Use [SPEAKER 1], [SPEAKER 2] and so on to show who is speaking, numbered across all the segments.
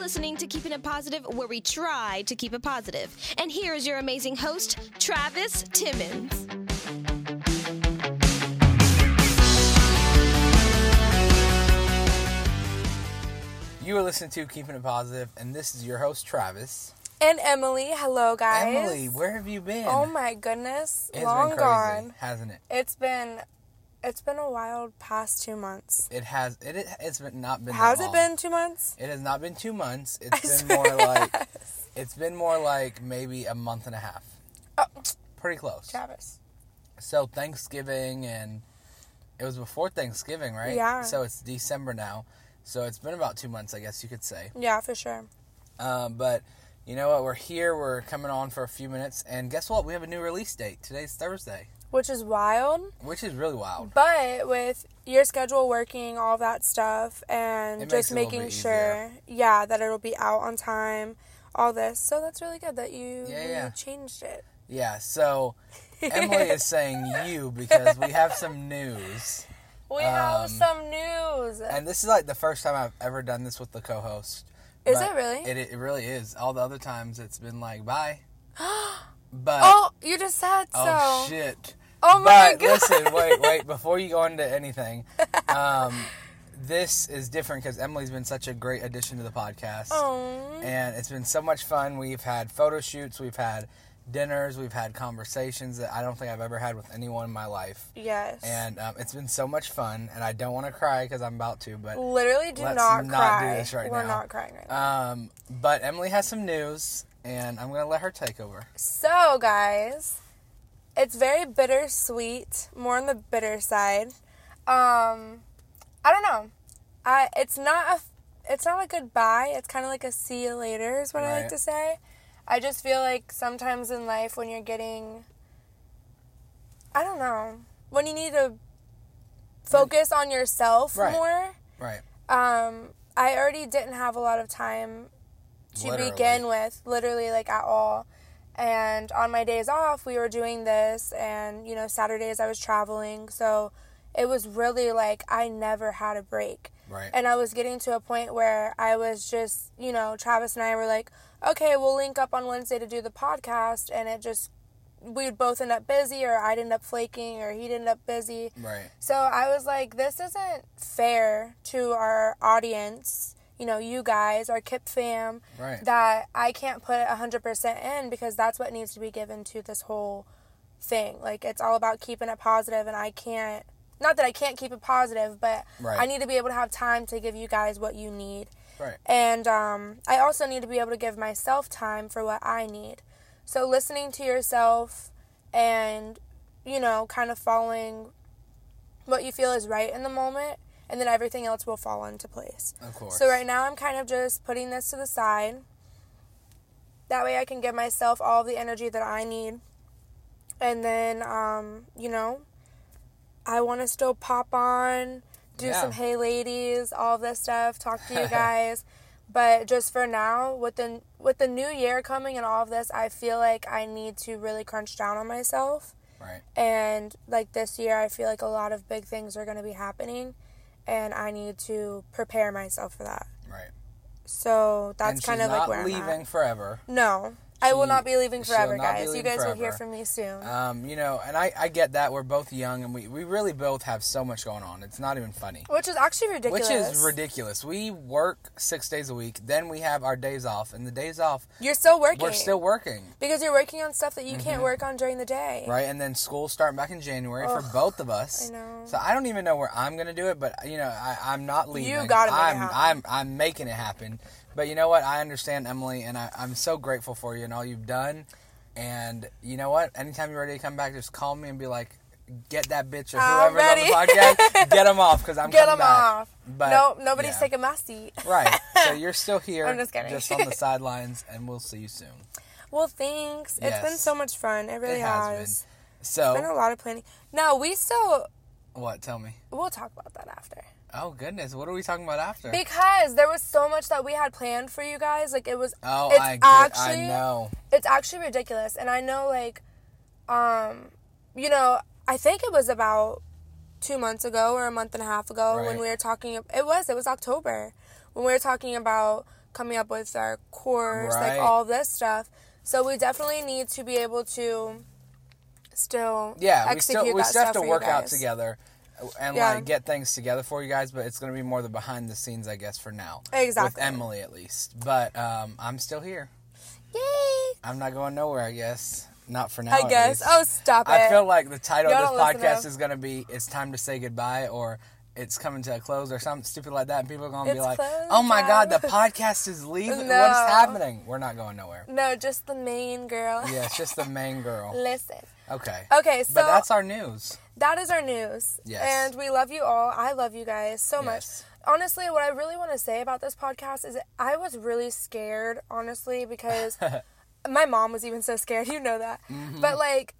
[SPEAKER 1] listening to Keeping It Positive, where we try to keep it positive. And here is your amazing host, Travis Timmons.
[SPEAKER 2] You are listening to Keeping It Positive, and this is your host, Travis.
[SPEAKER 3] And Emily, hello guys.
[SPEAKER 2] Emily, where have you been?
[SPEAKER 3] Oh my goodness,
[SPEAKER 2] It's
[SPEAKER 3] long
[SPEAKER 2] been crazy,
[SPEAKER 3] gone.
[SPEAKER 2] hasn't it?
[SPEAKER 3] It's been, it's been a wild past two months.
[SPEAKER 2] It has. It it- it's been not been.
[SPEAKER 3] How's
[SPEAKER 2] that
[SPEAKER 3] it
[SPEAKER 2] long.
[SPEAKER 3] been two months?
[SPEAKER 2] It has not been two months. It's
[SPEAKER 3] I
[SPEAKER 2] been more
[SPEAKER 3] swear.
[SPEAKER 2] like. It's been more like maybe a month and a half.
[SPEAKER 3] Oh,
[SPEAKER 2] Pretty close.
[SPEAKER 3] Travis.
[SPEAKER 2] So Thanksgiving and it was before Thanksgiving, right?
[SPEAKER 3] Yeah.
[SPEAKER 2] So it's December now. So it's been about two months, I guess you could say.
[SPEAKER 3] Yeah, for sure.
[SPEAKER 2] Uh, but you know what? We're here. We're coming on for a few minutes, and guess what? We have a new release date. Today's Thursday,
[SPEAKER 3] Which is wild,
[SPEAKER 2] which is really wild.
[SPEAKER 3] but with your schedule working, all that stuff, and
[SPEAKER 2] It makes
[SPEAKER 3] just
[SPEAKER 2] it a little
[SPEAKER 3] making
[SPEAKER 2] bit
[SPEAKER 3] sure, yeah, that it'll be out on time, all this. So that's really good that you
[SPEAKER 2] Yeah, yeah.
[SPEAKER 3] changed it.
[SPEAKER 2] Yeah. So Emily is saying you because we have some news,
[SPEAKER 3] We
[SPEAKER 2] Um,
[SPEAKER 3] have some news.
[SPEAKER 2] and this is like the first time I've ever done this with the co-host.
[SPEAKER 3] Is
[SPEAKER 2] but
[SPEAKER 3] it really?
[SPEAKER 2] It, it really is. All the other times it's been like bye, but
[SPEAKER 3] oh, you just said so.
[SPEAKER 2] Oh, shit.
[SPEAKER 3] Oh my
[SPEAKER 2] but
[SPEAKER 3] God.
[SPEAKER 2] listen, wait, wait. Before you go into anything, um, this is different because Emily's been such a great addition to the podcast,
[SPEAKER 3] Oh.
[SPEAKER 2] and it's been so much fun. We've had photo shoots, we've had dinners, we've had conversations that I don't think I've ever had with anyone in my life,
[SPEAKER 3] Yes.
[SPEAKER 2] and um, it's been so much fun. And I don't want to cry because I'm about to, but
[SPEAKER 3] Literally, do
[SPEAKER 2] Let's
[SPEAKER 3] not,
[SPEAKER 2] not do
[SPEAKER 3] cry.
[SPEAKER 2] this right
[SPEAKER 3] We're
[SPEAKER 2] now.
[SPEAKER 3] not crying right now.
[SPEAKER 2] um, but Emily has some news, and I'm gonna let her take over.
[SPEAKER 3] So, guys, it's very bittersweet, more on the bitter side. Um, I don't know. I it's not a it's not a goodbye. It's kind of like a see you later is what I
[SPEAKER 2] Right.
[SPEAKER 3] like to say. I just feel like sometimes in life when you're getting, I don't know, when you need to focus on yourself
[SPEAKER 2] Right.
[SPEAKER 3] more.
[SPEAKER 2] Right.
[SPEAKER 3] um, I already didn't have a lot of time to
[SPEAKER 2] Literally.
[SPEAKER 3] begin with, literally, like at all. And on my days off, we were doing this, and you know, Saturdays I was traveling, so it was really like I never had a break.
[SPEAKER 2] Right.
[SPEAKER 3] And I was getting to a point where I was just, you know, Travis and I were like, okay, we'll link up on Wednesday to do the podcast, and it just, we'd both end up busy, or I'd end up flaking, or he'd end up busy.
[SPEAKER 2] right.
[SPEAKER 3] So I was like, this isn't fair to our audience, you know, you guys, our KIP fam,
[SPEAKER 2] Right.
[SPEAKER 3] that I can't put 100% in because that's what needs to be given to this whole thing. Like, it's all about keeping it positive, and I can't, not that I can't keep it positive, but
[SPEAKER 2] Right.
[SPEAKER 3] I need to be able to have time to give you guys what you need.
[SPEAKER 2] Right.
[SPEAKER 3] And um, I also need to be able to give myself time for what I need. So listening to yourself and, you know, kind of following what you feel is right in the moment, and then everything else will fall into place.
[SPEAKER 2] Of course.
[SPEAKER 3] So right now I'm kind of just putting this to the side. That way I can give myself all the energy that I need. And then, um, you know, I want to still pop on, do
[SPEAKER 2] Yeah.
[SPEAKER 3] some hey ladies, all this stuff, talk to you guys. but just for now, with the with the new year coming and all of this, I feel like I need to really crunch down on myself
[SPEAKER 2] Right.
[SPEAKER 3] and like this year i feel like a lot of big things are going to be happening and i need to prepare myself for that
[SPEAKER 2] Right.
[SPEAKER 3] so that's
[SPEAKER 2] and she's
[SPEAKER 3] kind of like
[SPEAKER 2] not
[SPEAKER 3] where I'm
[SPEAKER 2] leaving
[SPEAKER 3] at.
[SPEAKER 2] forever.
[SPEAKER 3] no i will
[SPEAKER 2] She-
[SPEAKER 3] not be leaving
[SPEAKER 2] she'll
[SPEAKER 3] forever
[SPEAKER 2] not be
[SPEAKER 3] guys you
[SPEAKER 2] leaving
[SPEAKER 3] guys will hear
[SPEAKER 2] forever.
[SPEAKER 3] from me soon
[SPEAKER 2] Um, you know, and I, I get that we're both young and we, we really both have so much going on. It's not even funny.
[SPEAKER 3] which is actually ridiculous
[SPEAKER 2] Which is ridiculous. We work six days a week, then we have our days off, and the days off
[SPEAKER 3] you're still working
[SPEAKER 2] we're still working,
[SPEAKER 3] because you're working on stuff that you can't work on during the day
[SPEAKER 2] right? And then school starting back in January for both of us.
[SPEAKER 3] I know.
[SPEAKER 2] So I don't even know where I'm gonna do it, but you know, I, I'm not leaving.
[SPEAKER 3] gotta make it
[SPEAKER 2] I'm,
[SPEAKER 3] happen.
[SPEAKER 2] I'm I'm making it happen. But you know what? I understand Emily, and I, I'm so grateful for you and all you've done. And you know what? Anytime you're ready to come back, just call me and be like, "Get that bitch or
[SPEAKER 3] I'm
[SPEAKER 2] whoever's on the
[SPEAKER 3] ready.
[SPEAKER 2] podcast, get them off because I'm
[SPEAKER 3] get
[SPEAKER 2] coming
[SPEAKER 3] them
[SPEAKER 2] back."
[SPEAKER 3] off
[SPEAKER 2] But
[SPEAKER 3] no nobody's
[SPEAKER 2] yeah.
[SPEAKER 3] taking my seat
[SPEAKER 2] right. So you're still here.
[SPEAKER 3] I'm just kidding.
[SPEAKER 2] on the sidelines, and we'll see you soon.
[SPEAKER 3] well thanks it's been
[SPEAKER 2] Yes.
[SPEAKER 3] so much fun it really
[SPEAKER 2] it
[SPEAKER 3] has,
[SPEAKER 2] has been. So
[SPEAKER 3] been a lot of planning no we still
[SPEAKER 2] what? Tell me.
[SPEAKER 3] we'll talk about that after
[SPEAKER 2] Oh goodness, what are we talking about after?
[SPEAKER 3] Because there was so much that we had planned for you guys. Like it was
[SPEAKER 2] oh,
[SPEAKER 3] it's
[SPEAKER 2] I get,
[SPEAKER 3] actually
[SPEAKER 2] I know.
[SPEAKER 3] it's actually ridiculous. And I know like um you know, I think it was about 2 months ago or a month and a half ago when
[SPEAKER 2] Right.
[SPEAKER 3] we were talking it was it was October when we were talking about coming up with our course,
[SPEAKER 2] Right.
[SPEAKER 3] like all this stuff. So we definitely need to be able to still
[SPEAKER 2] yeah, we
[SPEAKER 3] execute
[SPEAKER 2] still we
[SPEAKER 3] that
[SPEAKER 2] still have
[SPEAKER 3] stuff
[SPEAKER 2] to
[SPEAKER 3] for you
[SPEAKER 2] work out
[SPEAKER 3] guys.
[SPEAKER 2] together and
[SPEAKER 3] Yeah.
[SPEAKER 2] like get things together for you guys, but it's gonna be more the behind the scenes, I guess, for now.
[SPEAKER 3] Exactly.
[SPEAKER 2] With Emily, at least. But um, I'm still here.
[SPEAKER 3] Yay!
[SPEAKER 2] I'm not going nowhere. I guess not for now.
[SPEAKER 3] I
[SPEAKER 2] at
[SPEAKER 3] guess.
[SPEAKER 2] least.
[SPEAKER 3] Oh, stop it.
[SPEAKER 2] I feel like the title
[SPEAKER 3] Y'all
[SPEAKER 2] of this
[SPEAKER 3] don't listen
[SPEAKER 2] podcast
[SPEAKER 3] to-
[SPEAKER 2] is gonna be "It's time to say goodbye" or "It's coming to a close" or something stupid like that, and people are gonna be
[SPEAKER 3] It's
[SPEAKER 2] like,
[SPEAKER 3] closing
[SPEAKER 2] "Oh my
[SPEAKER 3] time."
[SPEAKER 2] god, the podcast is leaving.
[SPEAKER 3] No.
[SPEAKER 2] What's happening? We're not going nowhere."
[SPEAKER 3] no, just the main girl.
[SPEAKER 2] Yeah, it's just the main girl.
[SPEAKER 3] Listen.
[SPEAKER 2] Okay.
[SPEAKER 3] Okay, Oh, so
[SPEAKER 2] but that's our news.
[SPEAKER 3] that is our news.
[SPEAKER 2] Yes.
[SPEAKER 3] And we love you all. I love you guys so
[SPEAKER 2] Yes.
[SPEAKER 3] much. Honestly, what I really want to say about this podcast is I was really scared, honestly, because my mom was even so scared. You know that.
[SPEAKER 2] Mm-hmm.
[SPEAKER 3] But like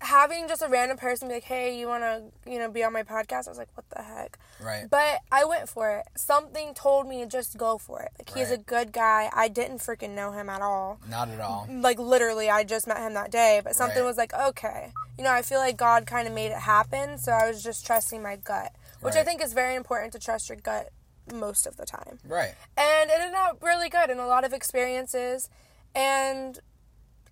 [SPEAKER 3] having just a random person be like, "Hey, you want to, you know, be on my podcast?" I was like, "What the heck?"
[SPEAKER 2] Right.
[SPEAKER 3] But I went for it. Something told me just go for it. Like he's a
[SPEAKER 2] Right.
[SPEAKER 3] good guy. I didn't freaking know him at all
[SPEAKER 2] Not at all.
[SPEAKER 3] like literally I just met him that day, but something
[SPEAKER 2] Right.
[SPEAKER 3] was like, okay. You know, I feel like God kind of made it happen, so I was just trusting my gut, which I
[SPEAKER 2] Right.
[SPEAKER 3] think is very important to trust your gut most of the time.
[SPEAKER 2] Right.
[SPEAKER 3] And it ended up really good in a lot of experiences and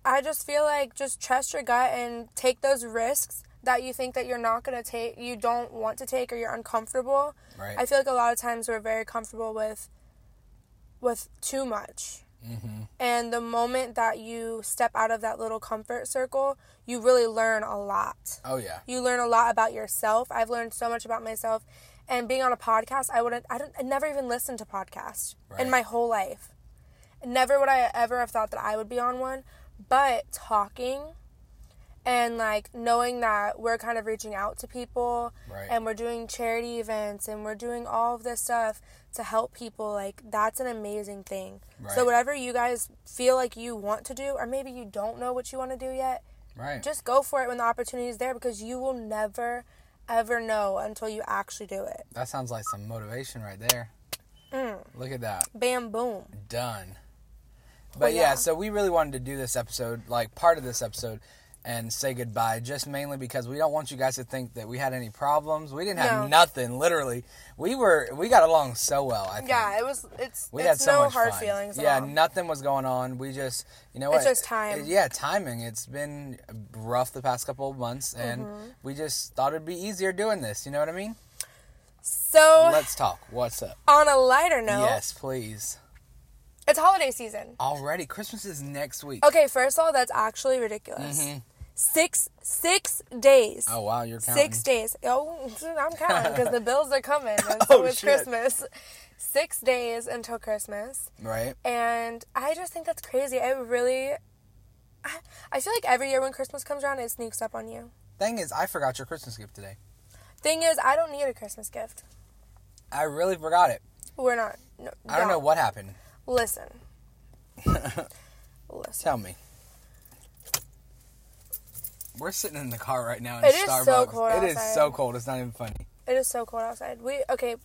[SPEAKER 3] I just feel like just trust your gut and take those risks that you think that you're not going to take, you don't want to take or you're uncomfortable.
[SPEAKER 2] Right.
[SPEAKER 3] I feel like a lot of times we're very comfortable with with too much. And the moment that you step out of that little comfort circle, you really learn a lot.
[SPEAKER 2] Oh yeah.
[SPEAKER 3] You learn a lot about yourself. I've learned so much about myself. And being on a podcast, I wouldn't I don't I never even listened to podcasts
[SPEAKER 2] Right.
[SPEAKER 3] in my whole life. Never would I ever have thought that I would be on one. But talking and like knowing that we're kind of reaching out to people
[SPEAKER 2] Right.
[SPEAKER 3] and we're doing charity events and we're doing all of this stuff to help people like that's an amazing thing so
[SPEAKER 2] Right.
[SPEAKER 3] whatever you guys feel like you want to do or maybe you don't know what you want to do yet
[SPEAKER 2] Right.
[SPEAKER 3] just go for it when the opportunity is there because you will never ever know until you actually do it
[SPEAKER 2] that sounds like some motivation right there.
[SPEAKER 3] Mm.
[SPEAKER 2] Look at that.
[SPEAKER 3] bam boom
[SPEAKER 2] done. But
[SPEAKER 3] Well,
[SPEAKER 2] yeah.
[SPEAKER 3] yeah.
[SPEAKER 2] so we really wanted to do this episode, like part of this episode, and say goodbye, just mainly because we don't want you guys to think that we had any problems. We didn't have
[SPEAKER 3] No.
[SPEAKER 2] nothing, literally. We were we got along so well. I think.
[SPEAKER 3] yeah it was it's
[SPEAKER 2] We
[SPEAKER 3] it's
[SPEAKER 2] had so
[SPEAKER 3] no
[SPEAKER 2] much
[SPEAKER 3] hard
[SPEAKER 2] fun.
[SPEAKER 3] feelings at
[SPEAKER 2] Yeah,
[SPEAKER 3] all.
[SPEAKER 2] nothing was going on. We just, you know what?
[SPEAKER 3] It's just time.
[SPEAKER 2] It- yeah, timing. It's been rough the past couple of months, and
[SPEAKER 3] Mm-hmm.
[SPEAKER 2] we just thought it'd be easier doing this. You know what I mean?
[SPEAKER 3] so
[SPEAKER 2] Let's talk. What's up?
[SPEAKER 3] on a lighter note
[SPEAKER 2] Yes, please.
[SPEAKER 3] it's holiday season
[SPEAKER 2] Already, Christmas is next week. Mm-hmm.
[SPEAKER 3] Okay, first of all, that's actually ridiculous. Six six days.
[SPEAKER 2] Oh wow, you're counting.
[SPEAKER 3] Six days. Oh, I'm counting because the bills are coming, and so
[SPEAKER 2] Oh,
[SPEAKER 3] it's
[SPEAKER 2] shit.
[SPEAKER 3] Christmas. Six days until Christmas,
[SPEAKER 2] Right.
[SPEAKER 3] and I just think that's crazy. It really, I, I feel like every year when Christmas comes around, it sneaks up on you.
[SPEAKER 2] Thing is, I forgot your Christmas gift today.
[SPEAKER 3] Thing is, I don't need a Christmas gift.
[SPEAKER 2] I really forgot it.
[SPEAKER 3] We're not. No,
[SPEAKER 2] I don't know what happened.
[SPEAKER 3] Listen. Listen.
[SPEAKER 2] Tell me. We're sitting in the car right now in
[SPEAKER 3] It is
[SPEAKER 2] Starbucks.
[SPEAKER 3] so cold
[SPEAKER 2] It is
[SPEAKER 3] outside.
[SPEAKER 2] so cold. It's not even funny.
[SPEAKER 3] It is so cold outside. We okay.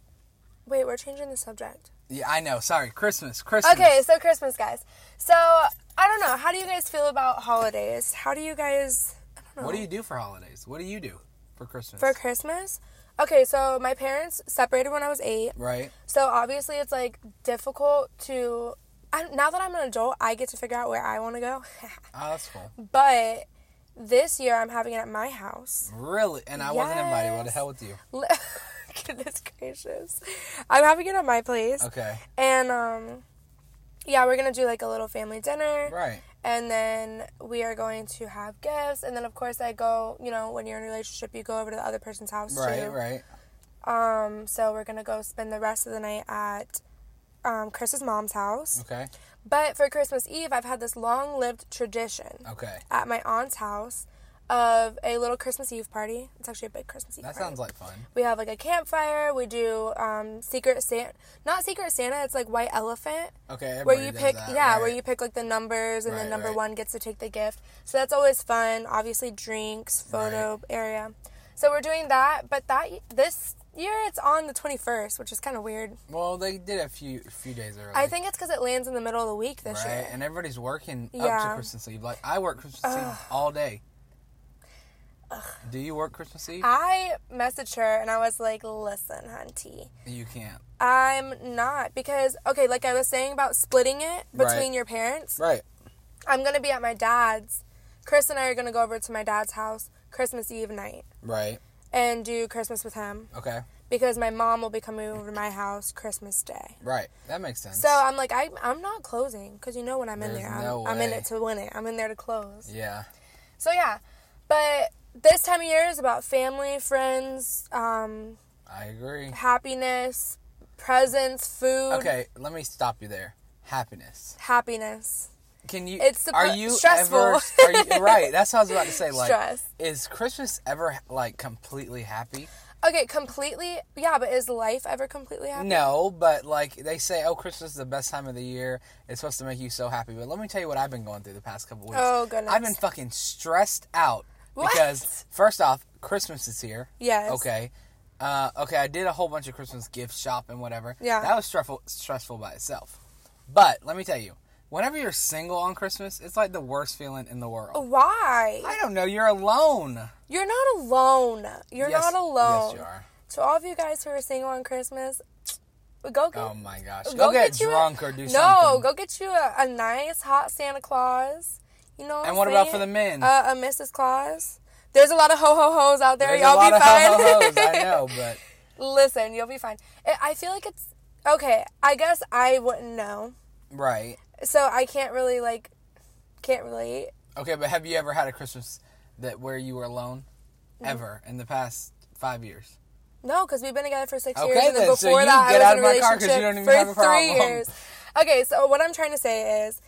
[SPEAKER 3] Wait, we're changing the subject.
[SPEAKER 2] Yeah, I know. Sorry, Christmas. Christmas.
[SPEAKER 3] Okay, so Christmas, guys. So I don't know. How do you guys feel about holidays? How do you guys? I don't know.
[SPEAKER 2] What do you do for holidays? What do you do for Christmas?
[SPEAKER 3] for Christmas? Okay, so my parents separated when I was eight,
[SPEAKER 2] right.
[SPEAKER 3] so obviously it's like difficult to. I, now that I'm an adult, I get to figure out where I want to go.
[SPEAKER 2] Oh, that's cool.
[SPEAKER 3] but this year, I'm having it at my house.
[SPEAKER 2] Really? And I wasn't invited. What the
[SPEAKER 3] Yes.
[SPEAKER 2] hell with you?
[SPEAKER 3] Li- Goodness gracious, I'm having it at my place,
[SPEAKER 2] Okay.
[SPEAKER 3] and um, yeah, we're gonna do like a little family dinner.
[SPEAKER 2] Right.
[SPEAKER 3] and then we are going to have gifts and then of course i go you know when you're in a relationship you go over to the other person's house
[SPEAKER 2] Right.
[SPEAKER 3] too
[SPEAKER 2] Right.
[SPEAKER 3] um so we're gonna go spend the rest of the night at um, chris's mom's house
[SPEAKER 2] Okay.
[SPEAKER 3] but for christmas eve i've had this long-lived tradition
[SPEAKER 2] Okay.
[SPEAKER 3] at my aunt's house of a little christmas eve party it's actually a big christmas eve
[SPEAKER 2] That
[SPEAKER 3] party
[SPEAKER 2] sounds like fun.
[SPEAKER 3] we have like a campfire we do um, secret santa not secret santa it's like white elephant
[SPEAKER 2] Okay.
[SPEAKER 3] where
[SPEAKER 2] everybody
[SPEAKER 3] you
[SPEAKER 2] does
[SPEAKER 3] pick
[SPEAKER 2] that,
[SPEAKER 3] yeah
[SPEAKER 2] right?
[SPEAKER 3] where you pick like the numbers and
[SPEAKER 2] Right,
[SPEAKER 3] then number
[SPEAKER 2] right.
[SPEAKER 3] one gets to take the gift so that's always fun obviously drinks photo area so we're doing that but that this year it's on the 21st which is kind of weird
[SPEAKER 2] Well, they did a few few days earlier.
[SPEAKER 3] i think it's because it lands in the middle of the week this
[SPEAKER 2] Right,
[SPEAKER 3] year
[SPEAKER 2] and everybody's working up
[SPEAKER 3] Yeah.
[SPEAKER 2] to Christmas Eve. Like I work Christmas Eve all day. Do you work Christmas Eve?
[SPEAKER 3] I messaged her and I was like, listen, hunty,
[SPEAKER 2] you can't.
[SPEAKER 3] I'm not. Because, okay, like I was saying about splitting it between
[SPEAKER 2] Right.
[SPEAKER 3] your parents,
[SPEAKER 2] Right.
[SPEAKER 3] I'm going to be at my dad's. Chris and I are going to go over to my dad's house Christmas Eve night
[SPEAKER 2] Right.
[SPEAKER 3] and do Christmas with him
[SPEAKER 2] Okay.
[SPEAKER 3] because my mom will be coming over to my house Christmas Day.
[SPEAKER 2] Right. That makes sense.
[SPEAKER 3] So I'm like, I, I'm not closing because you know when I'm in
[SPEAKER 2] There's
[SPEAKER 3] there, I'm,
[SPEAKER 2] no
[SPEAKER 3] I'm in
[SPEAKER 2] way.
[SPEAKER 3] it to win it. I'm in there to close.
[SPEAKER 2] yeah.
[SPEAKER 3] So yeah, but this time of year is about family, friends, um,
[SPEAKER 2] I agree.
[SPEAKER 3] happiness, presents, food,
[SPEAKER 2] Okay, let me stop you there. Happiness.
[SPEAKER 3] happiness.
[SPEAKER 2] Can you?
[SPEAKER 3] It's suppo-
[SPEAKER 2] are you
[SPEAKER 3] stressful.
[SPEAKER 2] ever? Are you, right. That's what I was about to say. Like,
[SPEAKER 3] Stress.
[SPEAKER 2] is Christmas ever like completely happy?
[SPEAKER 3] Okay, completely. Yeah, but is life ever completely happy?
[SPEAKER 2] No, but like they say, oh, Christmas is the best time of the year. It's supposed to make you so happy. But let me tell you what I've been going through the past couple weeks.
[SPEAKER 3] Oh, goodness.
[SPEAKER 2] I've been fucking stressed out
[SPEAKER 3] What?
[SPEAKER 2] because first off, Christmas is here.
[SPEAKER 3] Yes.
[SPEAKER 2] Okay. Uh, okay, I did a whole bunch of Christmas gift shop and whatever.
[SPEAKER 3] Yeah.
[SPEAKER 2] That was stressful, stressful by itself. But let me tell you, whenever you're single on Christmas, it's like the worst feeling in the
[SPEAKER 3] Oh.
[SPEAKER 2] world.
[SPEAKER 3] Why?
[SPEAKER 2] I don't know. You're alone.
[SPEAKER 3] You're not alone. You're
[SPEAKER 2] Yes-
[SPEAKER 3] not alone.
[SPEAKER 2] Yes, you are.
[SPEAKER 3] To all of you guys who are single on Christmas, go get
[SPEAKER 2] Oh my gosh. Go, get,
[SPEAKER 3] you a-
[SPEAKER 2] drunk or do
[SPEAKER 3] no,
[SPEAKER 2] something.
[SPEAKER 3] go get you a, a nice hot Santa Claus. You know.
[SPEAKER 2] And what about for the men?
[SPEAKER 3] Uh, a Mrs. Claus. There's a lot of ho ho hos out there.
[SPEAKER 2] There's
[SPEAKER 3] y'all
[SPEAKER 2] a lot
[SPEAKER 3] be
[SPEAKER 2] of
[SPEAKER 3] fine.
[SPEAKER 2] ho-ho-hos, I know, but
[SPEAKER 3] Listen, you'll be fine. I- I feel like it's okay. I guess I wouldn't know,
[SPEAKER 2] right.
[SPEAKER 3] so I can't really like can't relate.
[SPEAKER 2] Okay, but have you ever had a Christmas that where you were alone,
[SPEAKER 3] Mm.
[SPEAKER 2] ever in the past five years?
[SPEAKER 3] No, because we've been together for six
[SPEAKER 2] Okay,
[SPEAKER 3] years, and
[SPEAKER 2] then,
[SPEAKER 3] before
[SPEAKER 2] so you
[SPEAKER 3] that,
[SPEAKER 2] get
[SPEAKER 3] I
[SPEAKER 2] out
[SPEAKER 3] was
[SPEAKER 2] of
[SPEAKER 3] in
[SPEAKER 2] my
[SPEAKER 3] a
[SPEAKER 2] car 'cause you
[SPEAKER 3] relationship
[SPEAKER 2] don't even
[SPEAKER 3] for
[SPEAKER 2] have a
[SPEAKER 3] three
[SPEAKER 2] problem.
[SPEAKER 3] years. Okay, so what I'm trying to say is,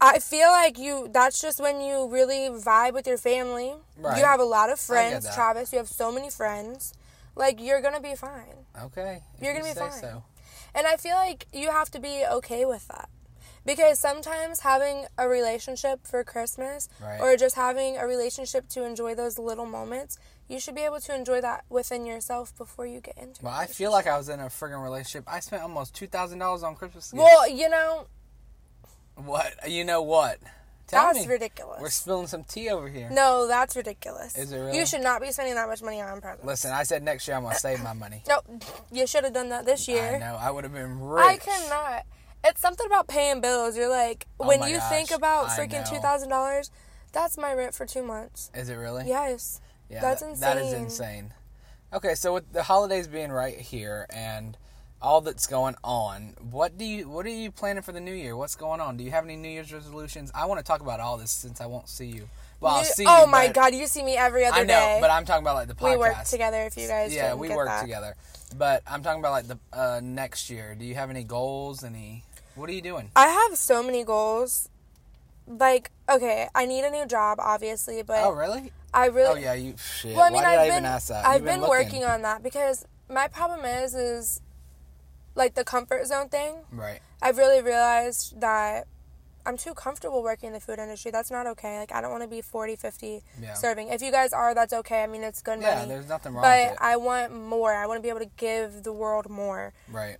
[SPEAKER 3] I feel like you—that's just when you really vibe with your family.
[SPEAKER 2] Right.
[SPEAKER 3] You have a lot of friends,
[SPEAKER 2] that.
[SPEAKER 3] Travis. You have so many friends. Like you're gonna be fine,
[SPEAKER 2] Okay, if
[SPEAKER 3] You're gonna
[SPEAKER 2] you
[SPEAKER 3] be
[SPEAKER 2] say
[SPEAKER 3] fine.
[SPEAKER 2] So
[SPEAKER 3] and I feel like you have to be okay with that, because sometimes having a relationship for Christmas,
[SPEAKER 2] Right.
[SPEAKER 3] or just having a relationship to enjoy those little moments, you should be able to enjoy that within yourself before you get into.
[SPEAKER 2] well,
[SPEAKER 3] it.
[SPEAKER 2] I feel like I was in a friggin' relationship. I spent almost two thousand dollars on Christmas. gifts.
[SPEAKER 3] Well, you know,
[SPEAKER 2] what you know what? Tell
[SPEAKER 3] that's
[SPEAKER 2] me.
[SPEAKER 3] ridiculous.
[SPEAKER 2] We're spilling some tea over here.
[SPEAKER 3] no, that's ridiculous.
[SPEAKER 2] Is it really?
[SPEAKER 3] You should not be spending that much money on presents.
[SPEAKER 2] Listen, I said next year I'm gonna save my money.
[SPEAKER 3] No, you should have done that this
[SPEAKER 2] I
[SPEAKER 3] year.
[SPEAKER 2] know I would have been rich.
[SPEAKER 3] I, cannot. It's something about paying bills. You're like, when
[SPEAKER 2] Oh my
[SPEAKER 3] you
[SPEAKER 2] gosh,
[SPEAKER 3] think about
[SPEAKER 2] I
[SPEAKER 3] freaking
[SPEAKER 2] know.
[SPEAKER 3] two thousand dollars, that's my rent for two months.
[SPEAKER 2] Is it really?
[SPEAKER 3] Yes,
[SPEAKER 2] Yeah,
[SPEAKER 3] that's
[SPEAKER 2] that-
[SPEAKER 3] insane.
[SPEAKER 2] That is insane. Okay, so with the holidays being right here and all that's going on, what do you what are you planning for the new year? What's going on? Do you have any New Year's resolutions? I want to talk about all this since I won't see you. Well, I'll
[SPEAKER 3] You-
[SPEAKER 2] see
[SPEAKER 3] oh
[SPEAKER 2] you,
[SPEAKER 3] my
[SPEAKER 2] but-
[SPEAKER 3] god, you see me every other
[SPEAKER 2] I know,
[SPEAKER 3] day.
[SPEAKER 2] but I'm talking about like the podcast.
[SPEAKER 3] we work together. If you guys,
[SPEAKER 2] Yeah,
[SPEAKER 3] didn't
[SPEAKER 2] we
[SPEAKER 3] get
[SPEAKER 2] work
[SPEAKER 3] that.
[SPEAKER 2] together. But I'm talking about like the uh, next year. Do you have any goals? Any? What are you doing?
[SPEAKER 3] I have so many goals. Like, okay, I need a new job, obviously, but
[SPEAKER 2] Oh, really?
[SPEAKER 3] I Uh, really,
[SPEAKER 2] Oh, yeah. You shit.
[SPEAKER 3] Well, I mean,
[SPEAKER 2] Why did
[SPEAKER 3] I've
[SPEAKER 2] I
[SPEAKER 3] been,
[SPEAKER 2] even ask that?
[SPEAKER 3] I've
[SPEAKER 2] You've
[SPEAKER 3] been,
[SPEAKER 2] looking.
[SPEAKER 3] working on that because my problem is, is like the comfort zone thing.
[SPEAKER 2] Right.
[SPEAKER 3] I've really realized that I'm too comfortable working in the food industry. That's not okay. Like, I don't want to be 40, 50
[SPEAKER 2] Yeah.
[SPEAKER 3] serving. If you guys are, that's okay. I mean, it's good
[SPEAKER 2] Yeah.
[SPEAKER 3] money.
[SPEAKER 2] There's nothing wrong with
[SPEAKER 3] but
[SPEAKER 2] it.
[SPEAKER 3] I want more. I want to be able to give the world more.
[SPEAKER 2] right.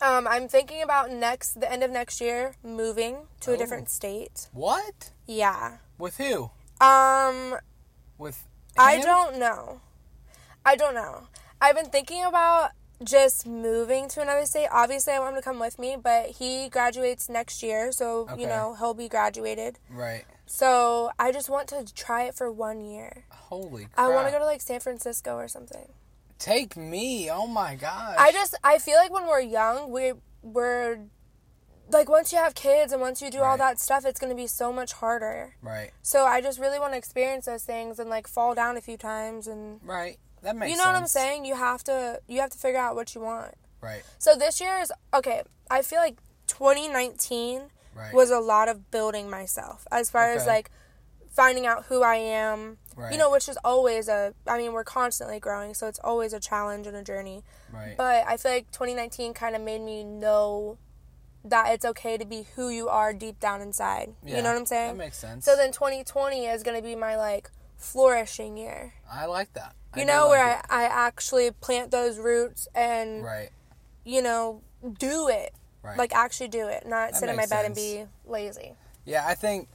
[SPEAKER 3] Um, I'm thinking about next, the end of next year, moving to
[SPEAKER 2] Oh.
[SPEAKER 3] a different state.
[SPEAKER 2] What?
[SPEAKER 3] Yeah.
[SPEAKER 2] With who?
[SPEAKER 3] Um,
[SPEAKER 2] With
[SPEAKER 3] I
[SPEAKER 2] him?
[SPEAKER 3] don't know. I don't know. I've been thinking about just moving to another state. Obviously, I want him to come with me, but he graduates next year, so
[SPEAKER 2] Okay.
[SPEAKER 3] you know he'll be graduated.
[SPEAKER 2] Right.
[SPEAKER 3] So I just want to try it for one year.
[SPEAKER 2] Holy crap.
[SPEAKER 3] I want to go to like San Francisco or something.
[SPEAKER 2] Take me. Oh my gosh.
[SPEAKER 3] I just I feel like when we're young, we we're like once you have kids and once you do all
[SPEAKER 2] Right.
[SPEAKER 3] that stuff, it's going to be so much harder.
[SPEAKER 2] Right.
[SPEAKER 3] So I just really want to experience those things and like fall down a few times and
[SPEAKER 2] Right. That makes
[SPEAKER 3] you know what I'm
[SPEAKER 2] sense.
[SPEAKER 3] saying? You have to you have to figure out what you want.
[SPEAKER 2] Right.
[SPEAKER 3] So this year is okay. I feel like 2019
[SPEAKER 2] Right.
[SPEAKER 3] was a lot of building myself as far as
[SPEAKER 2] Okay.
[SPEAKER 3] like finding out who I am.
[SPEAKER 2] Right.
[SPEAKER 3] You know, which is always a I mean, we're constantly growing, so it's always a challenge and a journey.
[SPEAKER 2] Right.
[SPEAKER 3] But I feel like 2019 kind of made me know that it's okay to be who you are deep down inside.
[SPEAKER 2] Yeah,
[SPEAKER 3] You know what I'm saying?
[SPEAKER 2] That makes sense.
[SPEAKER 3] so then 2020 is going to be my like flourishing year
[SPEAKER 2] I like that. I
[SPEAKER 3] you
[SPEAKER 2] do
[SPEAKER 3] know
[SPEAKER 2] like
[SPEAKER 3] where
[SPEAKER 2] it.
[SPEAKER 3] I, I actually plant those roots and
[SPEAKER 2] Right.
[SPEAKER 3] you know do it
[SPEAKER 2] Right.
[SPEAKER 3] like actually do it not sit in my
[SPEAKER 2] makes
[SPEAKER 3] bed and
[SPEAKER 2] sense.
[SPEAKER 3] be lazy
[SPEAKER 2] Yeah, I think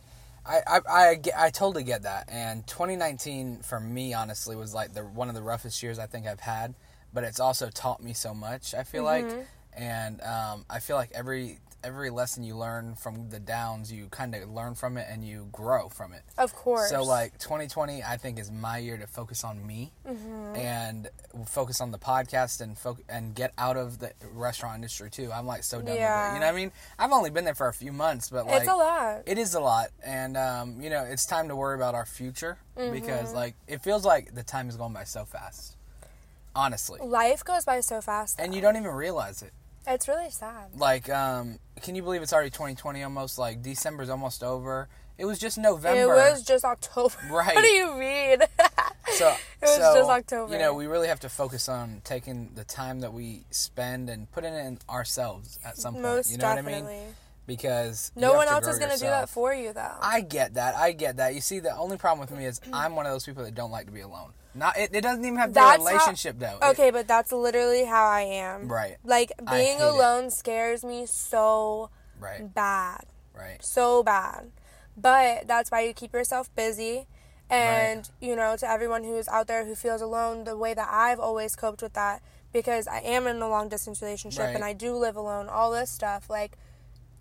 [SPEAKER 2] I, I, I, get- I totally get that. And 2019 for me, honestly, was like the one of the roughest years I think I've had. But it's also taught me so much. I feel like,
[SPEAKER 3] Mm-hmm.
[SPEAKER 2] and um, I feel like every every lesson you learn from the downs, you kind of learn from it and you grow from it.
[SPEAKER 3] Of course.
[SPEAKER 2] So like 2020, I think is my year to focus on me
[SPEAKER 3] Mm-hmm.
[SPEAKER 2] and focus on the podcast and foc and get out of the restaurant industry too. I'm like so done with it.
[SPEAKER 3] Yeah.
[SPEAKER 2] You know what I mean? I've only been there for a few months, but like
[SPEAKER 3] it's a lot.
[SPEAKER 2] it is a lot, and um, you know it's time to worry about our future
[SPEAKER 3] Mm-hmm.
[SPEAKER 2] because like it feels like the time is going by so fast, honestly,
[SPEAKER 3] Life goes by so fast.
[SPEAKER 2] and you don't even realize it.
[SPEAKER 3] It's really sad.
[SPEAKER 2] Like, um, can you believe it's already 2020 almost? Like December's almost over. It was just November.
[SPEAKER 3] It was just October.
[SPEAKER 2] Right.
[SPEAKER 3] What do you mean?
[SPEAKER 2] so it
[SPEAKER 3] was just October.
[SPEAKER 2] You know, we really have to focus on taking the time that we spend and putting it in ourselves at some point.
[SPEAKER 3] Most
[SPEAKER 2] you know
[SPEAKER 3] definitely.
[SPEAKER 2] what I mean? Because you
[SPEAKER 3] No
[SPEAKER 2] have
[SPEAKER 3] one
[SPEAKER 2] to
[SPEAKER 3] else
[SPEAKER 2] grow
[SPEAKER 3] is going to do
[SPEAKER 2] yourself.
[SPEAKER 3] that for you, though.
[SPEAKER 2] I get that. I get that. You see, the only problem with me is I'm one of those people that don't like to be alone. Not it, it doesn't even have to be a
[SPEAKER 3] That's how-
[SPEAKER 2] relationship though. It-
[SPEAKER 3] Okay, but that's literally how I am.
[SPEAKER 2] Right.
[SPEAKER 3] Like
[SPEAKER 2] I
[SPEAKER 3] being
[SPEAKER 2] hate it.
[SPEAKER 3] alone scares me so
[SPEAKER 2] right.
[SPEAKER 3] bad.
[SPEAKER 2] Right.
[SPEAKER 3] So bad. But that's why you keep yourself busy. And, you know, to everyone who's out there who feels alone, the way that I've always coped with that, because I am in a long distance relationship
[SPEAKER 2] Right.
[SPEAKER 3] and I do live alone, all this stuff, like,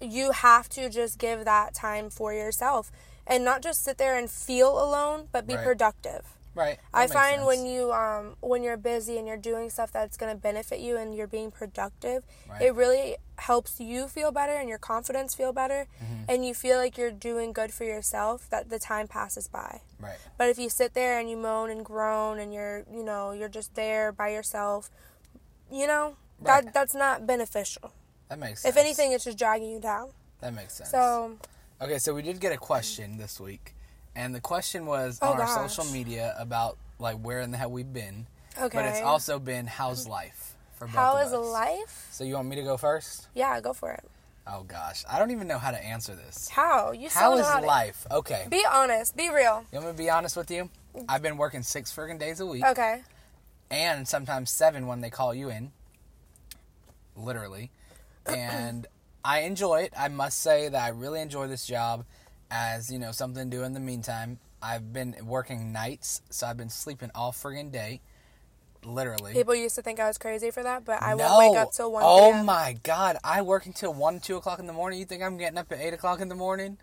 [SPEAKER 3] you have to just give that time for yourself and not just sit there and feel alone, but be
[SPEAKER 2] Right.
[SPEAKER 3] productive.
[SPEAKER 2] Right.
[SPEAKER 3] I find when you um when you're busy and you're doing stuff that's going to benefit you and you're being productive,
[SPEAKER 2] Right.
[SPEAKER 3] it really helps you feel better and your confidence feel better
[SPEAKER 2] Mm-hmm.
[SPEAKER 3] and you feel like you're doing good for yourself that the time passes by.
[SPEAKER 2] right.
[SPEAKER 3] But if you sit there and you moan and groan and you're, you know, you're just there by yourself, you know,
[SPEAKER 2] Right.
[SPEAKER 3] that that's not beneficial.
[SPEAKER 2] That makes sense.
[SPEAKER 3] If anything it's just dragging you down.
[SPEAKER 2] that makes sense.
[SPEAKER 3] So,
[SPEAKER 2] Okay, so we did get a question this week, and the question was
[SPEAKER 3] Oh,
[SPEAKER 2] on our
[SPEAKER 3] gosh.
[SPEAKER 2] social media about like where in the hell we've been. But it's
[SPEAKER 3] Okay.
[SPEAKER 2] also been how's life for both
[SPEAKER 3] how
[SPEAKER 2] of
[SPEAKER 3] is
[SPEAKER 2] us.
[SPEAKER 3] life?
[SPEAKER 2] So you want me to go first?
[SPEAKER 3] Yeah, go for it.
[SPEAKER 2] Oh gosh, I don't even know how to answer this.
[SPEAKER 3] How? You still
[SPEAKER 2] How
[SPEAKER 3] know
[SPEAKER 2] is
[SPEAKER 3] how to-
[SPEAKER 2] life? Okay,
[SPEAKER 3] Be honest, be real.
[SPEAKER 2] I'm gonna be honest with you. I've been working six friggin' days a week.
[SPEAKER 3] Okay.
[SPEAKER 2] and sometimes seven when they call you in, literally. And I enjoy it. I must say that I really enjoy this job as, you know, something to do in the meantime. I've been working nights, so I've been sleeping all friggin' day, literally.
[SPEAKER 3] People used to think I was crazy for that, but I won't wake up till one.
[SPEAKER 2] Oh
[SPEAKER 3] p.m.
[SPEAKER 2] my god, I work until 1, 2 o'clock in the morning. You think I'm getting up at 8 o'clock in the morning?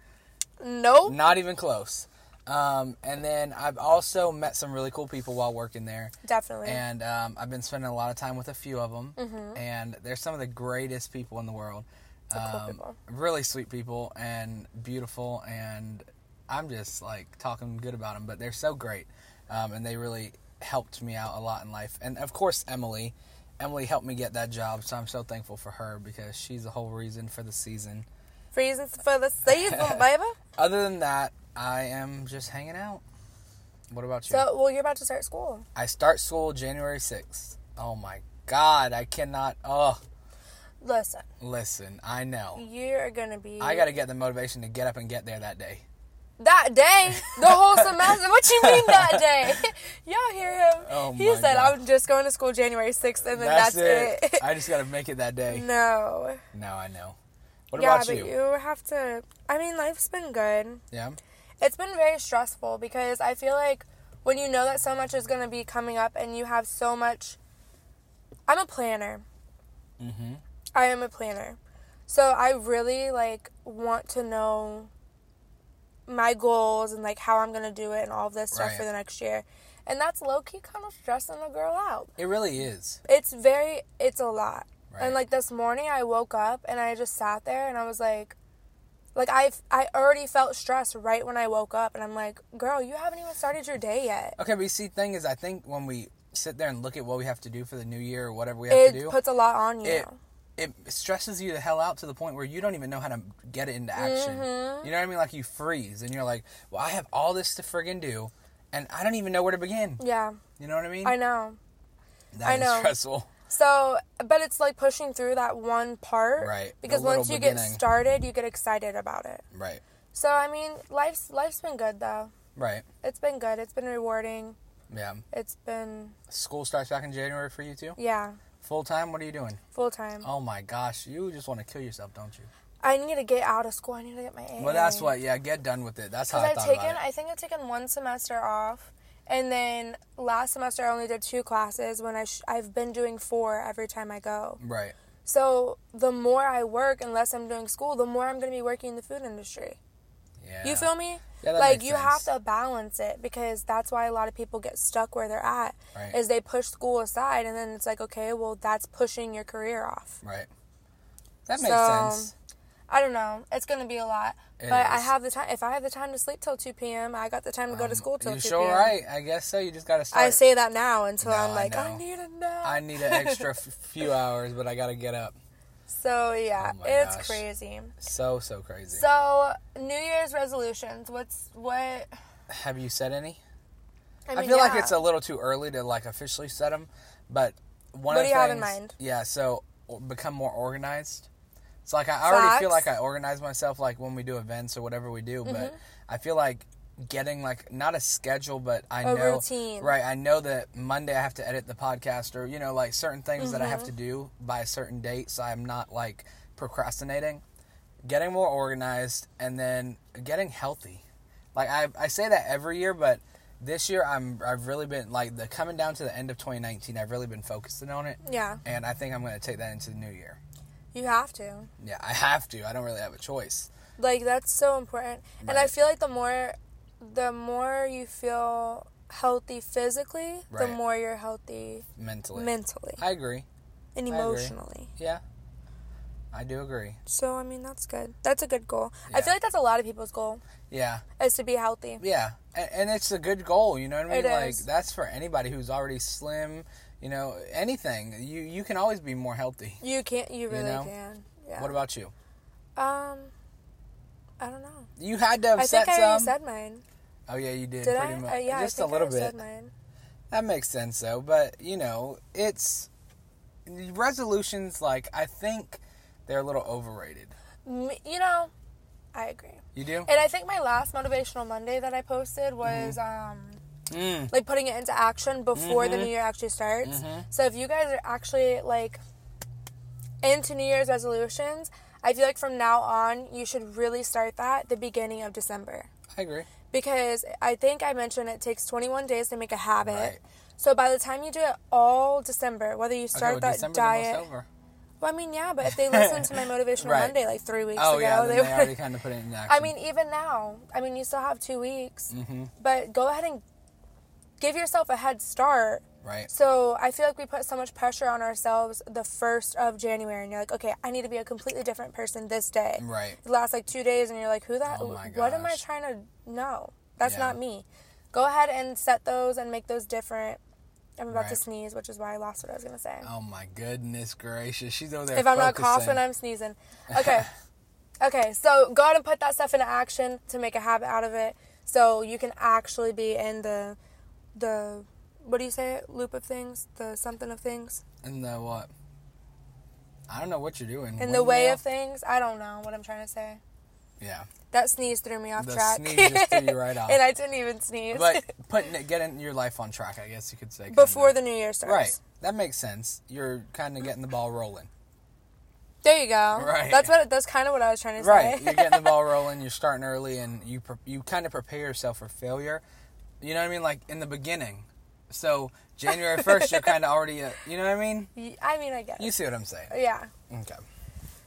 [SPEAKER 3] Nope.
[SPEAKER 2] Not even close. Um, and then I've also met some really cool people while working there.
[SPEAKER 3] Definitely.
[SPEAKER 2] And um, I've been spending a lot of time with a few of them,
[SPEAKER 3] Mm-hmm.
[SPEAKER 2] and they're some of the greatest people in the world.
[SPEAKER 3] cool
[SPEAKER 2] Um,
[SPEAKER 3] people.
[SPEAKER 2] Really sweet people and beautiful, and I'm just like talking good about them. But they're so great, um, and they really helped me out a lot in life. And of course, Emily, Emily helped me get that job, so I'm so thankful for her because she's the whole reason for the season.
[SPEAKER 3] Reasons for the season, baby.
[SPEAKER 2] Other than that, I am just hanging out. What about you?
[SPEAKER 3] So, well, you're about to start school.
[SPEAKER 2] I start school January 6th. Oh my god, I cannot. Oh,
[SPEAKER 3] Listen,
[SPEAKER 2] listen, I know.
[SPEAKER 3] you're gonna be
[SPEAKER 2] I gotta get the motivation to get up and get there that day.
[SPEAKER 3] that day, the whole semester. What you mean that day? Y'all hear him?
[SPEAKER 2] Oh
[SPEAKER 3] he
[SPEAKER 2] my
[SPEAKER 3] said,
[SPEAKER 2] God.
[SPEAKER 3] "I'm just going to school January 6th, and then that's, it."
[SPEAKER 2] I just gotta make it that day.
[SPEAKER 3] no.
[SPEAKER 2] No, I know. What
[SPEAKER 3] yeah,
[SPEAKER 2] about
[SPEAKER 3] but
[SPEAKER 2] you?
[SPEAKER 3] you have to. I mean, life's been good.
[SPEAKER 2] Yeah,
[SPEAKER 3] it's been very stressful because I feel like when you know that so much is going to be coming up and you have so much. I'm a planner.
[SPEAKER 2] Mhm.
[SPEAKER 3] I am a planner. So I really like want to know my goals and like how I'm going to do it and all of this stuff
[SPEAKER 2] Right.
[SPEAKER 3] for the next year. And that's low key kind of stressing a girl out.
[SPEAKER 2] it really is.
[SPEAKER 3] It's very, it's a lot.
[SPEAKER 2] Right.
[SPEAKER 3] And like this morning, I woke up and I just sat there and I was like, like I I already felt stressed right when I woke up and I'm like, girl, you haven't even started your day yet.
[SPEAKER 2] Okay, but you see, thing is, I think when we sit there and look at what we have to do for the new year or whatever we have to
[SPEAKER 3] It
[SPEAKER 2] do,
[SPEAKER 3] puts a lot on you.
[SPEAKER 2] it it stresses you the hell out to the point where you don't even know how to get it into action.
[SPEAKER 3] Mm-hmm.
[SPEAKER 2] You know what I mean? Like you freeze and you're like, "Well, I have all this to friggin' do, and I don't even know where to begin."
[SPEAKER 3] yeah,
[SPEAKER 2] You know what I mean?
[SPEAKER 3] I know.
[SPEAKER 2] That
[SPEAKER 3] I
[SPEAKER 2] is
[SPEAKER 3] know.
[SPEAKER 2] stressful.
[SPEAKER 3] So, but it's like pushing through that one part,
[SPEAKER 2] Right, the
[SPEAKER 3] Because
[SPEAKER 2] little
[SPEAKER 3] once you get
[SPEAKER 2] beginning.
[SPEAKER 3] started, you get excited about it.
[SPEAKER 2] Right.
[SPEAKER 3] So I mean, life's life's been good though.
[SPEAKER 2] Right.
[SPEAKER 3] It's been good. It's been rewarding.
[SPEAKER 2] Yeah.
[SPEAKER 3] It's been
[SPEAKER 2] School starts back in January for you too.
[SPEAKER 3] yeah,
[SPEAKER 2] Full time. What are you doing?
[SPEAKER 3] full time.
[SPEAKER 2] Oh my gosh, you just want to kill yourself, don't you?
[SPEAKER 3] I need to get out of school. I need to get my A.
[SPEAKER 2] Well, that's what. Yeah, get done with it. That's how
[SPEAKER 3] Because
[SPEAKER 2] I
[SPEAKER 3] I've
[SPEAKER 2] thought
[SPEAKER 3] taken,
[SPEAKER 2] about it.
[SPEAKER 3] I think I've taken one semester off, and then last semester I only did two classes. When I sh- I've been doing four every time I go.
[SPEAKER 2] right.
[SPEAKER 3] So the more I work, unless I'm doing school, the more I'm going to be working in the food industry.
[SPEAKER 2] Yeah.
[SPEAKER 3] You feel me?
[SPEAKER 2] Yeah, that
[SPEAKER 3] like
[SPEAKER 2] makes
[SPEAKER 3] you
[SPEAKER 2] sense.
[SPEAKER 3] have to balance it because that's why a lot of people get stuck where they're at.
[SPEAKER 2] Right.
[SPEAKER 3] Is they push school aside and then it's like, okay, well that's pushing your career off.
[SPEAKER 2] Right. That makes
[SPEAKER 3] So,
[SPEAKER 2] sense.
[SPEAKER 3] I don't know. It's gonna be a lot.
[SPEAKER 2] It
[SPEAKER 3] but I
[SPEAKER 2] is.
[SPEAKER 3] have the time if I have the time to sleep till two PM, I got the time to go to school till
[SPEAKER 2] you
[SPEAKER 3] two
[SPEAKER 2] Um, sure
[SPEAKER 3] PM.
[SPEAKER 2] right. I guess so. You just gotta start.
[SPEAKER 3] I say that now until
[SPEAKER 2] No, I
[SPEAKER 3] I'm like, I,
[SPEAKER 2] know.
[SPEAKER 3] need a nap.
[SPEAKER 2] I need an extra f- few hours, but I gotta get up.
[SPEAKER 3] so yeah,
[SPEAKER 2] Oh my
[SPEAKER 3] it's
[SPEAKER 2] gosh.
[SPEAKER 3] crazy.
[SPEAKER 2] So so crazy.
[SPEAKER 3] So New Year's resolutions. What's what?
[SPEAKER 2] Have you said any?
[SPEAKER 3] I,
[SPEAKER 2] I
[SPEAKER 3] mean,
[SPEAKER 2] feel like
[SPEAKER 3] yeah.
[SPEAKER 2] it's a little too early to like officially set them, but one
[SPEAKER 3] What
[SPEAKER 2] of
[SPEAKER 3] do
[SPEAKER 2] the
[SPEAKER 3] you
[SPEAKER 2] things,
[SPEAKER 3] have in mind?
[SPEAKER 2] Yeah, so o- become more organized. It's like I already feel
[SPEAKER 3] Facts.
[SPEAKER 2] like I organize myself like when we do events or whatever we do,
[SPEAKER 3] Mm-hmm.
[SPEAKER 2] but I feel like getting like not a schedule, but I
[SPEAKER 3] A
[SPEAKER 2] know
[SPEAKER 3] routine.
[SPEAKER 2] right. I know that Monday I have to edit the podcast or you know like certain things that I have
[SPEAKER 3] Mm-hmm.
[SPEAKER 2] to do by a certain date, so I'm not like procrastinating. Getting more organized and then getting healthy. Like I, I say that every year, but this year I'm I've really been like the coming down to the end of 2019. I've really been focusing on it.
[SPEAKER 3] Yeah.
[SPEAKER 2] And I think I'm going to take that into the new year.
[SPEAKER 3] you have to.
[SPEAKER 2] Yeah, I have to. I don't really have a choice.
[SPEAKER 3] like that's so important and i
[SPEAKER 2] Right.
[SPEAKER 3] feel like the more the more you feel healthy physically the
[SPEAKER 2] Right.
[SPEAKER 3] more you're healthy
[SPEAKER 2] Mentally.
[SPEAKER 3] mentally
[SPEAKER 2] I agree.
[SPEAKER 3] and
[SPEAKER 2] agree.
[SPEAKER 3] emotionally
[SPEAKER 2] Yeah. I do agree.
[SPEAKER 3] so i mean that's good that's a good goal i
[SPEAKER 2] Yeah.
[SPEAKER 3] feel like that's a lot of people's goal
[SPEAKER 2] Yeah.
[SPEAKER 3] is to be healthy
[SPEAKER 2] Yeah. And, and it's a good goal, you know what I mean?
[SPEAKER 3] It
[SPEAKER 2] like
[SPEAKER 3] is.
[SPEAKER 2] that's for anybody who's already slim, you know, anything. You you can always be more healthy.
[SPEAKER 3] you can't you really
[SPEAKER 2] know?
[SPEAKER 3] can yeah
[SPEAKER 2] What about you?
[SPEAKER 3] um i don't know
[SPEAKER 2] You had to have
[SPEAKER 3] i
[SPEAKER 2] set
[SPEAKER 3] think i already
[SPEAKER 2] some.
[SPEAKER 3] said mine
[SPEAKER 2] oh yeah, you did,
[SPEAKER 3] did
[SPEAKER 2] pretty
[SPEAKER 3] i
[SPEAKER 2] much.
[SPEAKER 3] Uh, yeah
[SPEAKER 2] Just
[SPEAKER 3] I
[SPEAKER 2] a
[SPEAKER 3] think I
[SPEAKER 2] little
[SPEAKER 3] already
[SPEAKER 2] bit.
[SPEAKER 3] said mine.
[SPEAKER 2] That makes sense though, but you know, it's resolutions like I think they're a little overrated.
[SPEAKER 3] M- you know i agree
[SPEAKER 2] You do?
[SPEAKER 3] and i think my last motivational monday that i posted was
[SPEAKER 2] Mm-hmm.
[SPEAKER 3] um
[SPEAKER 2] Mm.
[SPEAKER 3] like putting it into action before
[SPEAKER 2] Mm-hmm.
[SPEAKER 3] the new year actually starts. So if you guys are actually like into New Year's resolutions, I feel like from now on you should really start that the beginning of December
[SPEAKER 2] I agree.
[SPEAKER 3] because I think I mentioned it takes 21 days to make a habit.
[SPEAKER 2] Right.
[SPEAKER 3] So by the time you do it all December, whether you
[SPEAKER 2] Okay,
[SPEAKER 3] start
[SPEAKER 2] well,
[SPEAKER 3] that
[SPEAKER 2] December's
[SPEAKER 3] diet,
[SPEAKER 2] almost over.
[SPEAKER 3] well, I mean, yeah, but if they listened to my motivational
[SPEAKER 2] Right.
[SPEAKER 3] Monday like three weeks
[SPEAKER 2] Oh
[SPEAKER 3] ago,
[SPEAKER 2] yeah, then
[SPEAKER 3] they,
[SPEAKER 2] they,
[SPEAKER 3] would.
[SPEAKER 2] already kind of put it in action.
[SPEAKER 3] I mean, even now, I mean, you still have two weeks,
[SPEAKER 2] Mm-hmm.
[SPEAKER 3] but go ahead and give yourself a head start.
[SPEAKER 2] right?
[SPEAKER 3] So I feel like we put so much pressure on ourselves the first of January, and you're like, okay, I need to be a completely different person this day.
[SPEAKER 2] Right.
[SPEAKER 3] It lasts like two days, and you're like, who that?
[SPEAKER 2] Oh my
[SPEAKER 3] What am I
[SPEAKER 2] gosh.
[SPEAKER 3] trying to? No, that's
[SPEAKER 2] Yeah.
[SPEAKER 3] not me. Go ahead and set those and make those different. I'm about to
[SPEAKER 2] Right.
[SPEAKER 3] sneeze, which is why I lost what I was gonna say.
[SPEAKER 2] Oh my goodness gracious, she's over there.
[SPEAKER 3] If I'm not
[SPEAKER 2] focusing.
[SPEAKER 3] coughing, I'm sneezing. Okay. okay, so go ahead and put that stuff into action to make a habit out of it so you can actually be in the the what do you say it? Loop of things? The something of things?
[SPEAKER 2] in the what? I don't know what you're doing.
[SPEAKER 3] In the
[SPEAKER 2] Windmill?
[SPEAKER 3] way of things? I don't know what I'm trying to say.
[SPEAKER 2] yeah,
[SPEAKER 3] That sneeze threw me off
[SPEAKER 2] The
[SPEAKER 3] track.
[SPEAKER 2] sneeze just threw you right off.
[SPEAKER 3] and I didn't even sneeze.
[SPEAKER 2] but putting it, getting your life on track, I guess you could say. kinda.
[SPEAKER 3] Before the new year starts.
[SPEAKER 2] right, that makes sense. You're kind of getting the ball rolling.
[SPEAKER 3] There you go.
[SPEAKER 2] Right.
[SPEAKER 3] That's what that's kind of what I was trying to
[SPEAKER 2] Right,
[SPEAKER 3] say.
[SPEAKER 2] you're getting the ball rolling. You're starting early, and you pre- you kind of prepare yourself for failure. You know what I mean? Like in the beginning. So January first, you're kind of already. uh you know what I mean?
[SPEAKER 3] I mean, I guess.
[SPEAKER 2] You see what I'm saying?
[SPEAKER 3] yeah.
[SPEAKER 2] Okay.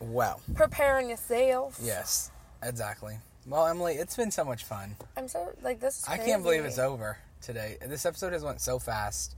[SPEAKER 2] Wow.
[SPEAKER 3] Preparing yourself.
[SPEAKER 2] Yes. Exactly. Well, Emily, it's been so much fun.
[SPEAKER 3] I'm so like this is
[SPEAKER 2] I can't believe
[SPEAKER 3] crazy.
[SPEAKER 2] it's over today. This episode has went so fast.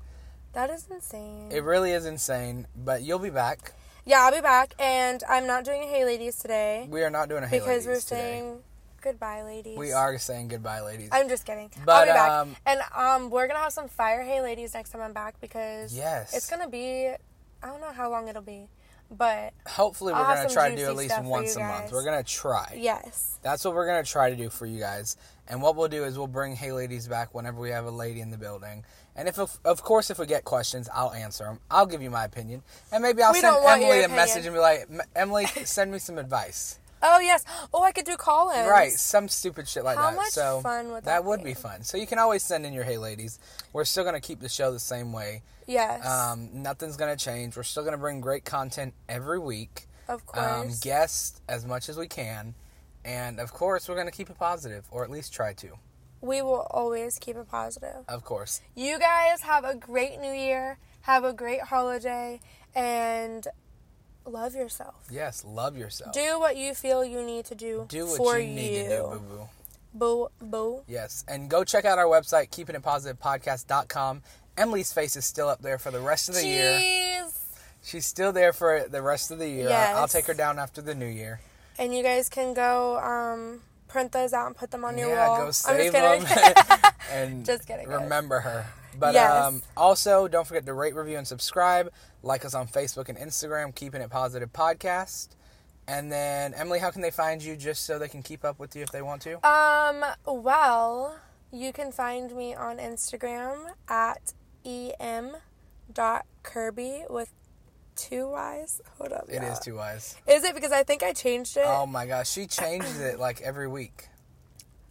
[SPEAKER 3] That is insane.
[SPEAKER 2] It really is insane. But you'll be back.
[SPEAKER 3] yeah, I'll be back, and I'm not doing a Hey Ladies today
[SPEAKER 2] We are not doing a hey ladies
[SPEAKER 3] because we're
[SPEAKER 2] today.
[SPEAKER 3] saying goodbye, ladies.
[SPEAKER 2] we are saying goodbye, ladies.
[SPEAKER 3] I'm just kidding. I'll
[SPEAKER 2] But,
[SPEAKER 3] be back,
[SPEAKER 2] um,
[SPEAKER 3] and um, we're gonna have some fire Hey Ladies next time I'm back because
[SPEAKER 2] Yes.
[SPEAKER 3] it's gonna be I don't know how long it'll be, but
[SPEAKER 2] Hopefully, we're
[SPEAKER 3] I'll have
[SPEAKER 2] gonna
[SPEAKER 3] some
[SPEAKER 2] try to do
[SPEAKER 3] juicy
[SPEAKER 2] at least
[SPEAKER 3] stuff for
[SPEAKER 2] once
[SPEAKER 3] you
[SPEAKER 2] a month.
[SPEAKER 3] guys.
[SPEAKER 2] We're gonna try.
[SPEAKER 3] yes,
[SPEAKER 2] That's what we're gonna try to do for you guys. And what we'll do is we'll bring Hey Ladies back whenever we have a lady in the building. And if of course if we get questions, I'll answer them. I'll give you my opinion, and maybe I'll
[SPEAKER 3] We
[SPEAKER 2] send
[SPEAKER 3] don't want
[SPEAKER 2] Emily
[SPEAKER 3] your
[SPEAKER 2] a message and
[SPEAKER 3] opinion.
[SPEAKER 2] be like, "M- Emily, send me some advice.
[SPEAKER 3] oh yes, oh I could do call-ins.
[SPEAKER 2] Right, some stupid shit like
[SPEAKER 3] How
[SPEAKER 2] that.
[SPEAKER 3] much
[SPEAKER 2] so
[SPEAKER 3] fun would that
[SPEAKER 2] would
[SPEAKER 3] be?
[SPEAKER 2] be fun. So you can always send in your Hey Ladies. We're still gonna keep the show the same way.
[SPEAKER 3] Yes.
[SPEAKER 2] Um, nothing's gonna change. We're still gonna bring great content every week.
[SPEAKER 3] Of course.
[SPEAKER 2] um, guest as much as we can, and of course we're gonna keep it positive, or at least try to.
[SPEAKER 3] we will always keep it positive.
[SPEAKER 2] Of course.
[SPEAKER 3] You guys have a great new year. Have a great holiday and love yourself.
[SPEAKER 2] Yes, love yourself.
[SPEAKER 3] Do what you feel you need to do,
[SPEAKER 2] Do what
[SPEAKER 3] for
[SPEAKER 2] you need to do, boo boo.
[SPEAKER 3] Boo boo.
[SPEAKER 2] Yes, and go check out our website, keepingitpositivepodcast.com. Emily's face is still up there for the rest of the year.
[SPEAKER 3] Jeez.
[SPEAKER 2] She's still there for the rest of the year.
[SPEAKER 3] Yes.
[SPEAKER 2] I'll take her down after the new year.
[SPEAKER 3] And you guys can go um, print those out and put them on your
[SPEAKER 2] yeah,
[SPEAKER 3] wall.
[SPEAKER 2] go save
[SPEAKER 3] I'm just kidding.
[SPEAKER 2] them and
[SPEAKER 3] Just kidding, guys.
[SPEAKER 2] remember her. But
[SPEAKER 3] Yes.
[SPEAKER 2] um, also, don't forget to rate, review, and subscribe. Like us on Facebook and Instagram, Keeping It Positive Podcast. And then, Emily, how can they find you just so they can keep up with you if they want to?
[SPEAKER 3] Um, well, you can find me on Instagram at em dot Kirby with two Y's. Hold up.
[SPEAKER 2] It is too wise.
[SPEAKER 3] Is it because I think I changed it?
[SPEAKER 2] Oh my gosh, she changes it like every week.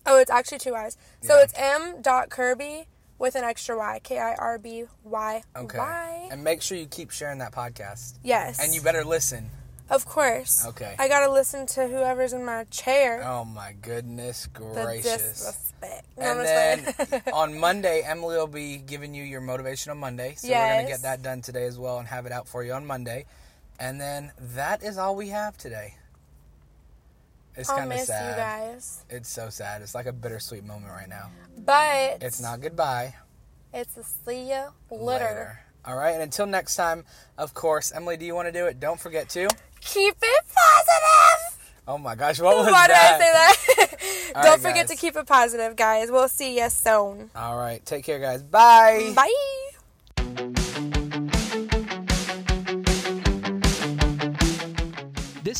[SPEAKER 3] oh, it's actually two Y's. So
[SPEAKER 2] Yeah.
[SPEAKER 3] it's m dot Kirby with an extra Y. K I R B Y
[SPEAKER 2] Okay.
[SPEAKER 3] Y.
[SPEAKER 2] And make sure you keep sharing that podcast.
[SPEAKER 3] Yes.
[SPEAKER 2] And you better listen.
[SPEAKER 3] Of course.
[SPEAKER 2] Okay.
[SPEAKER 3] I gotta listen to whoever's in my chair.
[SPEAKER 2] Oh my goodness
[SPEAKER 3] the
[SPEAKER 2] gracious.
[SPEAKER 3] disrespect. No,
[SPEAKER 2] And
[SPEAKER 3] I'm just
[SPEAKER 2] then
[SPEAKER 3] playing.
[SPEAKER 2] on Monday, Emily will be giving you your motivational Monday. So we're going to
[SPEAKER 3] Yes.
[SPEAKER 2] get that done today as well and have it out for you on Monday. And then that is all we have today. It's
[SPEAKER 3] I'll
[SPEAKER 2] kind of
[SPEAKER 3] miss you
[SPEAKER 2] sad.
[SPEAKER 3] guys.
[SPEAKER 2] It's so sad. It's like a bittersweet moment right now.
[SPEAKER 3] But
[SPEAKER 2] It's not goodbye.
[SPEAKER 3] It's a see ya
[SPEAKER 2] Later.
[SPEAKER 3] litter.
[SPEAKER 2] All right. And until next time, of course, Emily, do you want to do it? Don't forget to.
[SPEAKER 3] Keep it positive.
[SPEAKER 2] Oh my gosh, what was
[SPEAKER 3] Why
[SPEAKER 2] that?
[SPEAKER 3] did I say that?
[SPEAKER 2] All
[SPEAKER 3] Don't
[SPEAKER 2] right,
[SPEAKER 3] forget
[SPEAKER 2] guys.
[SPEAKER 3] to keep it positive, guys. We'll see ya soon.
[SPEAKER 2] All right. Take care, guys. Bye.
[SPEAKER 3] Bye.
[SPEAKER 2] This